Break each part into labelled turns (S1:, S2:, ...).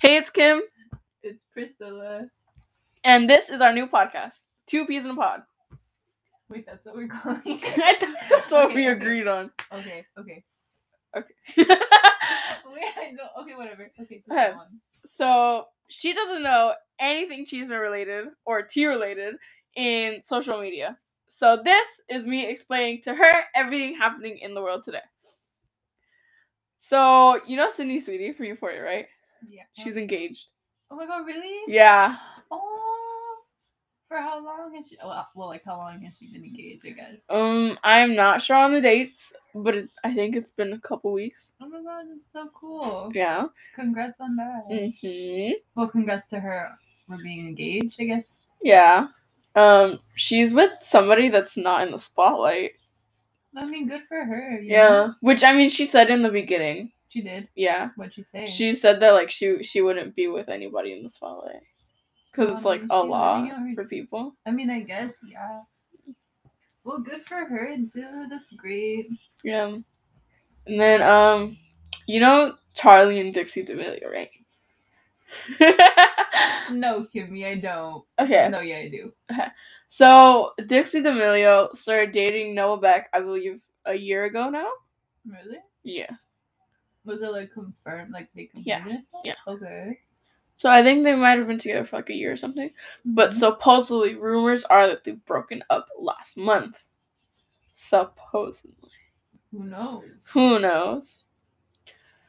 S1: Hey, it's Kim,
S2: It's Priscilla.
S1: and this is our new podcast, Two Peas in a Pod.
S2: Wait, that's what we're calling. it?
S1: I thought That's what
S2: Okay,
S1: we
S2: okay.
S1: agreed on.
S2: Okay, okay.
S1: Okay.
S2: Wait, I don't- okay, whatever. Okay,
S1: Go ahead.
S2: go on.
S1: so she doesn't know anything cheeseman related or tea related in social media. So this is me explaining to her everything happening in the world today. So you know Sydney Sweetie from Euphoria, right?
S2: Yeah. um,
S1: She's engaged.
S2: Oh my god, really?
S1: Yeah.
S2: Oh. For how long has she? Well, well, like how long has she been engaged? I guess.
S1: Um, I'm not sure on the dates, but it, I think it's been a couple weeks.
S2: Oh my god, that's so cool.
S1: Yeah.
S2: Congrats on that.
S1: Mhm.
S2: Well, congrats to her for being engaged. I guess.
S1: Yeah. Um, she's with somebody that's not in the spotlight.
S2: I mean, good for her. you
S1: Yeah.
S2: know?
S1: Which I mean, she said in the beginning.
S2: She did.
S1: Yeah.
S2: What'd she say?
S1: She said that like she she wouldn't be with anybody in the spotlight because it's
S2: Well,
S1: like
S2: then
S1: a
S2: she
S1: lot
S2: already already-
S1: for people.
S2: I mean, I guess, yeah. Well, good for her, dude. That's great.
S1: Yeah. And then um, you know Charlie and Dixie D'Amelio, right?
S2: No, Kimmy, I don't.
S1: okay.
S2: No, yeah, I do.
S1: So Dixie D'Amelio started dating Noah Beck, I believe, a year ago now.
S2: Really?
S1: Yeah.
S2: Was it like confirmed? Like they confirmed
S1: Yeah,
S2: it or something?
S1: yeah.
S2: Okay.
S1: So I think they might have been together for like a year or something. But
S2: Mhm.
S1: supposedly, rumors are that they've broken up last month. Supposedly.
S2: who knows?
S1: Who knows?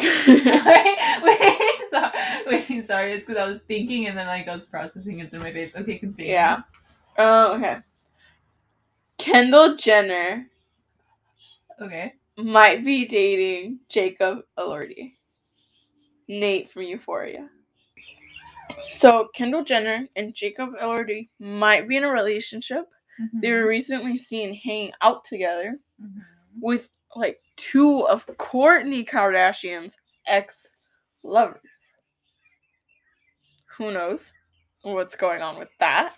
S2: sorry. Wait, sorry. Wait, sorry. It's because I was thinking and then like I was processing it through my face. Okay, continue.
S1: Yeah. oh, okay. Kendall Jenner
S2: Okay.
S1: might be dating Jacob Elordi, Nate from Euphoria. So, Kendall Jenner and Jacob Elordi might be in a relationship.
S2: Mm-hmm.
S1: They were recently seen hanging out together.
S2: Mhm.
S1: with like two of Courtney Kardashian's ex lovers. Who knows what's going on with that?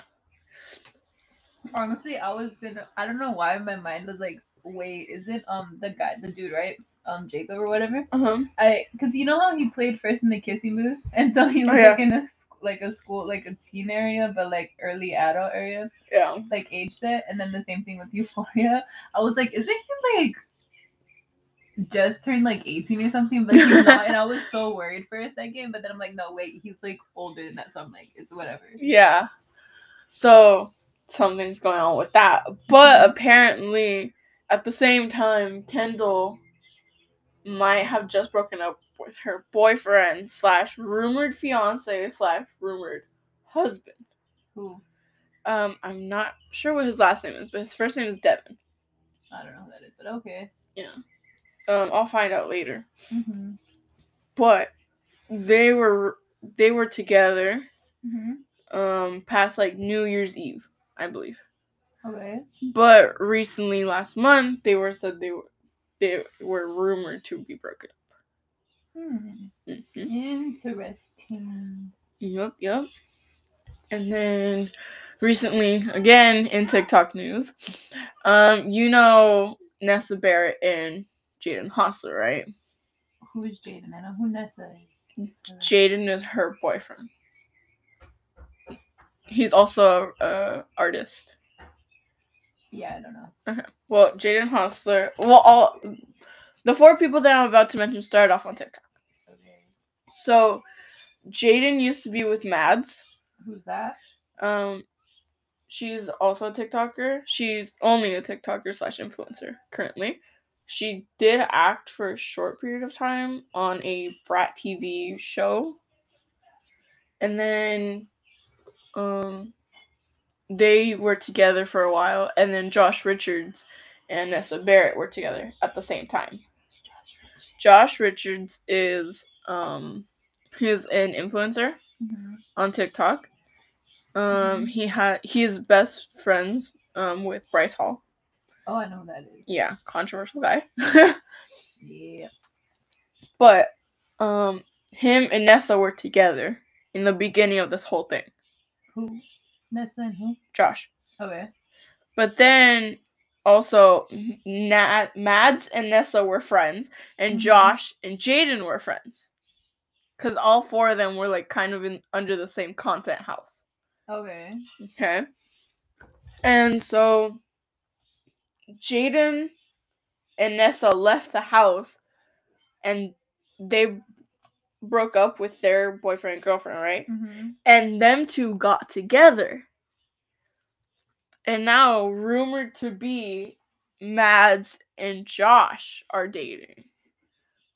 S2: Honestly, I was gonna. I don't know why my mind was like, wait, isn't um the guy, the dude, right? Um, Jacob or whatever.
S1: Um,
S2: I because you know how he played first in the kissing booth, and so he was
S1: yeah.
S2: like in a sc- like a school like a teen area, but like early adult area,
S1: yeah.
S2: like age set, and then the same thing with Euphoria. I was like, isn't he like just turned like eighteen or something? But he's not, and I was so worried for a second. But then I'm like, no, wait, he's like older than that, so I'm like, it's whatever.
S1: Yeah. So something's going on with that. But apparently, at the same time, Kendall might have just broken up with her boyfriend slash rumored fiance slash rumored husband.
S2: Who
S1: Um, I'm not sure what his last name is, but his first name is Devin.
S2: I don't know who that is, but okay.
S1: Um, I'll find out later.
S2: Mm-hmm.
S1: But they were they were together
S2: Mm-hmm.
S1: um past like New Year's Eve, I believe.
S2: Okay.
S1: But recently last month they were said they were they were rumored to be broken
S2: Hmm.
S1: up. hmm
S2: Interesting.
S1: Yep, yep. And then recently again in TikTok news, um, you know Nessa Barrett and Jaden Hostler, right?
S2: Who's Jaden? I know who Nessa is.
S1: Jaden is her boyfriend. He's also a artist.
S2: Yeah, I don't know.
S1: Well, Jaden Hostler. Well, all the four people that I'm about to mention started off on TikTok.
S2: Okay.
S1: So, Jaden used to be with Mads.
S2: Who's that?
S1: Um, she's also a TikToker. She's only a TikToker slash influencer currently. She did act for a short period of time on a Brat TV show, and then, um, they were together for a while, and then Josh Richards and Nessa Barrett were together at the same time. Josh Richards is um he's an influencer
S2: Mm-hmm.
S1: on TikTok. Um
S2: Mhm.
S1: he had he is best friends um with Bryce Hall.
S2: Oh, I know who that is.
S1: Yeah, controversial guy.
S2: Yeah.
S1: but um him and Nessa were together in the beginning of this whole thing.
S2: Who? Nessa and who?
S1: Josh.
S2: Okay.
S1: But then also Nat, Mads and Nessa were friends and
S2: Mhm.
S1: Josh and Jaden were friends. because all four of them were like kind of in under the same content house.
S2: Okay.
S1: Okay. And so Jaden and Nessa left the house and they broke up with their boyfriend and girlfriend, right?
S2: Mm-hmm.
S1: And them two got together. And now rumored to be Mads and Josh are dating.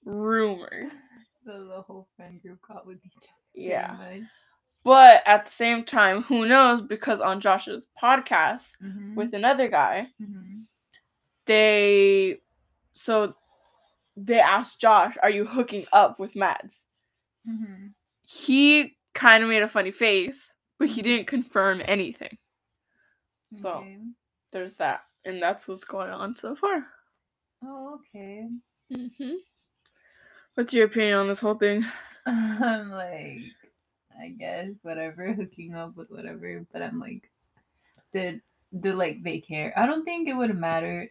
S1: Rumored.
S2: So the whole friend group got with each other. pretty
S1: Yeah.
S2: much.
S1: But at the same time, who knows? Because on Josh's podcast
S2: Mhm.
S1: with another guy,
S2: Mhm.
S1: they so they asked Josh, "Are you hooking up with Mads?"
S2: Mhm.
S1: He kind of made a funny face, but he didn't confirm anything. So
S2: Okay.
S1: there's that, and that's what's going on so far.
S2: Oh, okay.
S1: hmm What's your opinion on this whole thing?
S2: I'm like, I guess whatever, hooking up with whatever. But I'm like, did do like they care? I don't think it would matter.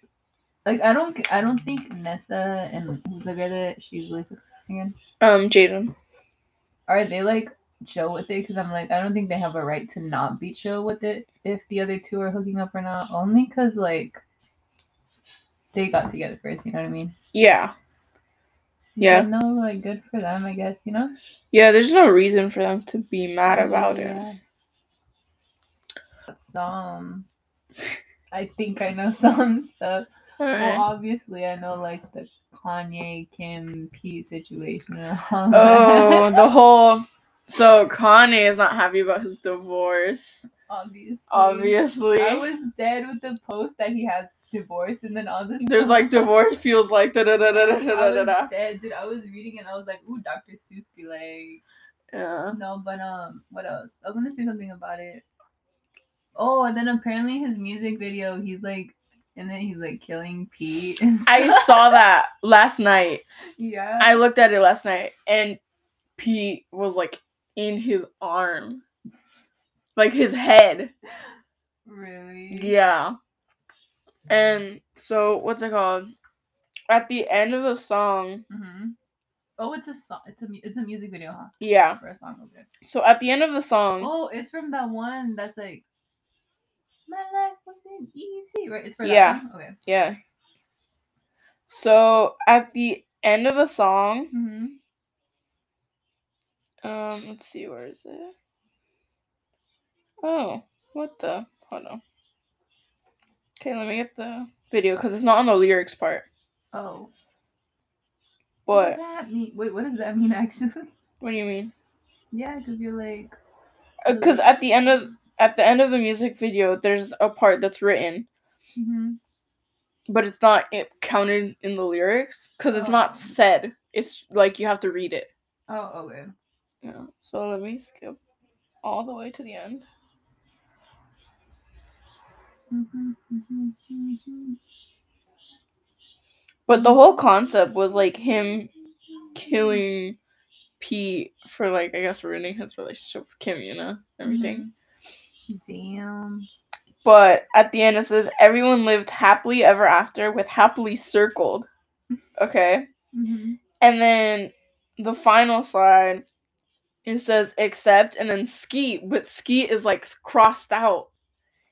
S2: Like I don't, I don't think Nessa and who's the guy that she usually hooks up again?
S1: Um, Jaden.
S2: Are they like chill with it? Because I'm like, I don't think they have a right to not be chill with it if the other two are hooking up or not. Only because like they got together first. You know what I mean?
S1: Yeah. Yeah.
S2: But no, like good for them, I guess. You know.
S1: Yeah. There's no reason for them to be mad about it.
S2: Some. um, I think I know some stuff.
S1: All
S2: Well,
S1: right.
S2: obviously, I know like the Kanye Kim P situation. and all
S1: Oh,
S2: that.
S1: the whole. So Kanye is not happy about his divorce.
S2: obviously.
S1: Obviously.
S2: Mm-hmm. I was dead with the post that he has divorced, and then all this.
S1: There's
S2: stuff.
S1: like divorce feels like da da da da da
S2: I
S1: da da
S2: was
S1: da.
S2: dead, dude. I was reading and I was like, "Ooh, Dr. Seuss be like."
S1: Yeah.
S2: No, but um, what else? I was gonna say something about it. Oh, and then apparently his music video, he's like, and then he's like killing Pete. and
S1: I
S2: stuff.
S1: saw that last night.
S2: yeah.
S1: I looked at it last night and Pete was like in his arm. Like his head.
S2: really.
S1: Yeah. And so what's it called? At the end of the song,
S2: hmm Oh, it's a song. It's a mu- it's a music video, huh?
S1: yeah.
S2: For a song, okay.
S1: So at the end of the song,
S2: Oh, it's from that one that's like. My life wasn't easy, right? It's for that
S1: Yeah.
S2: song? Okay.
S1: yeah. So at the end of the song,
S2: Mm-hmm.
S1: Um, let's see, where is it? Oh, what the? Hold on. Okay, let me get the video because it's not on the lyrics part.
S2: Oh. What does
S1: But
S2: that mean? Wait, what does that mean actually?
S1: what do you mean?
S2: yeah, because you're like.
S1: Because at the end of at the end of the music video, there's a part that's written,
S2: hmm
S1: but it's not it counted in the lyrics because it's
S2: Oh.
S1: not said. It's like you have to read it.
S2: Oh, okay.
S1: Yeah. So let me skip all the way to the end.
S2: Mm-hmm.
S1: But the whole concept was like him killing Pete for like I guess ruining his relationship with Kim, you know, everything.
S2: Mm-hmm. Damn.
S1: But at the end it says everyone lived happily ever after with happily circled. Okay.
S2: Mm-hmm.
S1: And then the final slide it says except and then ski, but ski is like crossed out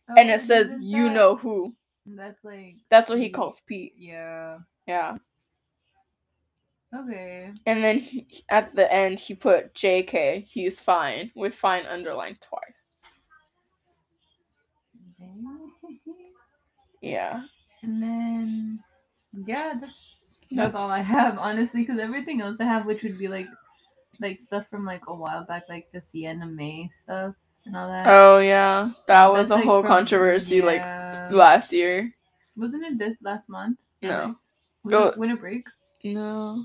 S1: and
S2: Oh,
S1: it says
S2: isn't
S1: you
S2: that- Mm-hmm.
S1: know who.
S2: That's like.
S1: That's what he
S2: Pete.
S1: calls Pete.
S2: Yeah.
S1: Yeah.
S2: Okay.
S1: And then he, at the end he put JK, he's fine with fine underlined twice.
S2: Dang.
S1: Yeah.
S2: And then, yeah, that's that's
S1: That's-
S2: all I have honestly, because everything else I have, which would be like, like stuff from like a while back, like the Sienna May stuff and all that.
S1: Oh yeah, that was
S2: That's,
S1: a
S2: like,
S1: whole
S2: from-
S1: controversy
S2: yeah.
S1: like last year.
S2: Wasn't it this last month?
S1: No,
S2: Was it
S1: Go-
S2: winter break.
S1: no,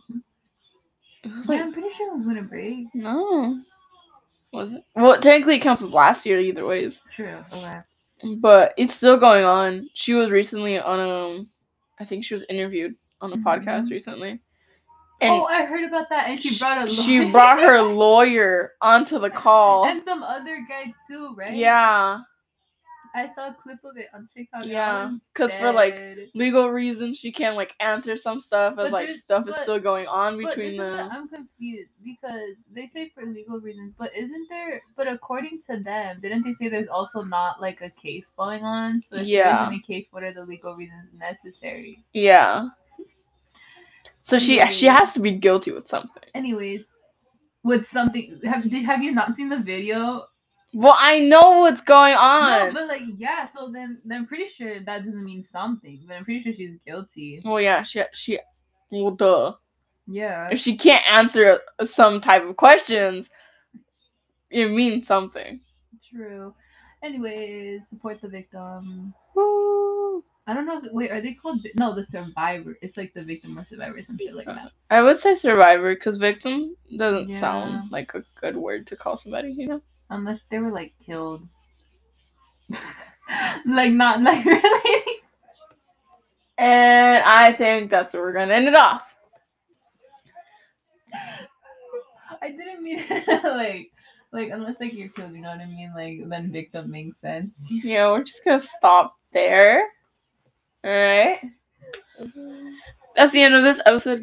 S1: it was
S2: Wait,
S1: like
S2: I'm pretty sure it was winter break.
S1: no, was it? Well, technically it counts as last year either ways,
S2: True. Okay.
S1: but it's still going on. She was recently on um, I think she was interviewed on a podcast recently, and
S2: Mm-hmm. oh, I heard about that, and she
S1: sh-
S2: brought a
S1: she
S2: lawyer.
S1: brought her lawyer onto the call.
S2: and some other guy too, right?
S1: Yeah,
S2: I saw a clip of it on TikTok. and I
S1: Yeah,
S2: was
S1: because for like
S2: dead.
S1: legal reasons, she can't like answer some stuff as
S2: But
S1: like
S2: there's-
S1: stuff is
S2: but-
S1: still going on
S2: But
S1: between
S2: this is what
S1: them.
S2: I'm confused because they say for legal reasons, but isn't there? But according to them, didn't they say there's also not like a case going on? So if
S1: Yeah.
S2: there isn't a case, what are the legal reasons necessary?
S1: Yeah. So she she has to be guilty with something.
S2: Anyways, with something, have did have you not seen the video?
S1: Well, I know what's going
S2: No,
S1: on.
S2: but like yeah. So then, then I'm pretty sure that doesn't mean something. But I'm pretty sure she's guilty.
S1: well, yeah, she she well duh.
S2: Yeah.
S1: If she can't answer some type of questions, it means something.
S2: True. Anyways, support the victim.
S1: Woo.
S2: I don't know. If, wait, are they called? vi- No, the survivor. It's like the victim or survivor, some shit like that.
S1: I would say survivor because victim doesn't
S2: Yeah.
S1: sound like a good word to call somebody, you know?
S2: Unless they were like killed. like not like really.
S1: And I think that's where we're gonna end it off.
S2: I didn't mean like like unless like you're killed. You know what I mean? Like then victim makes sense.
S1: Yeah, we're just gonna stop
S2: Mm-hmm.
S1: there. All right. That's the end of this episode.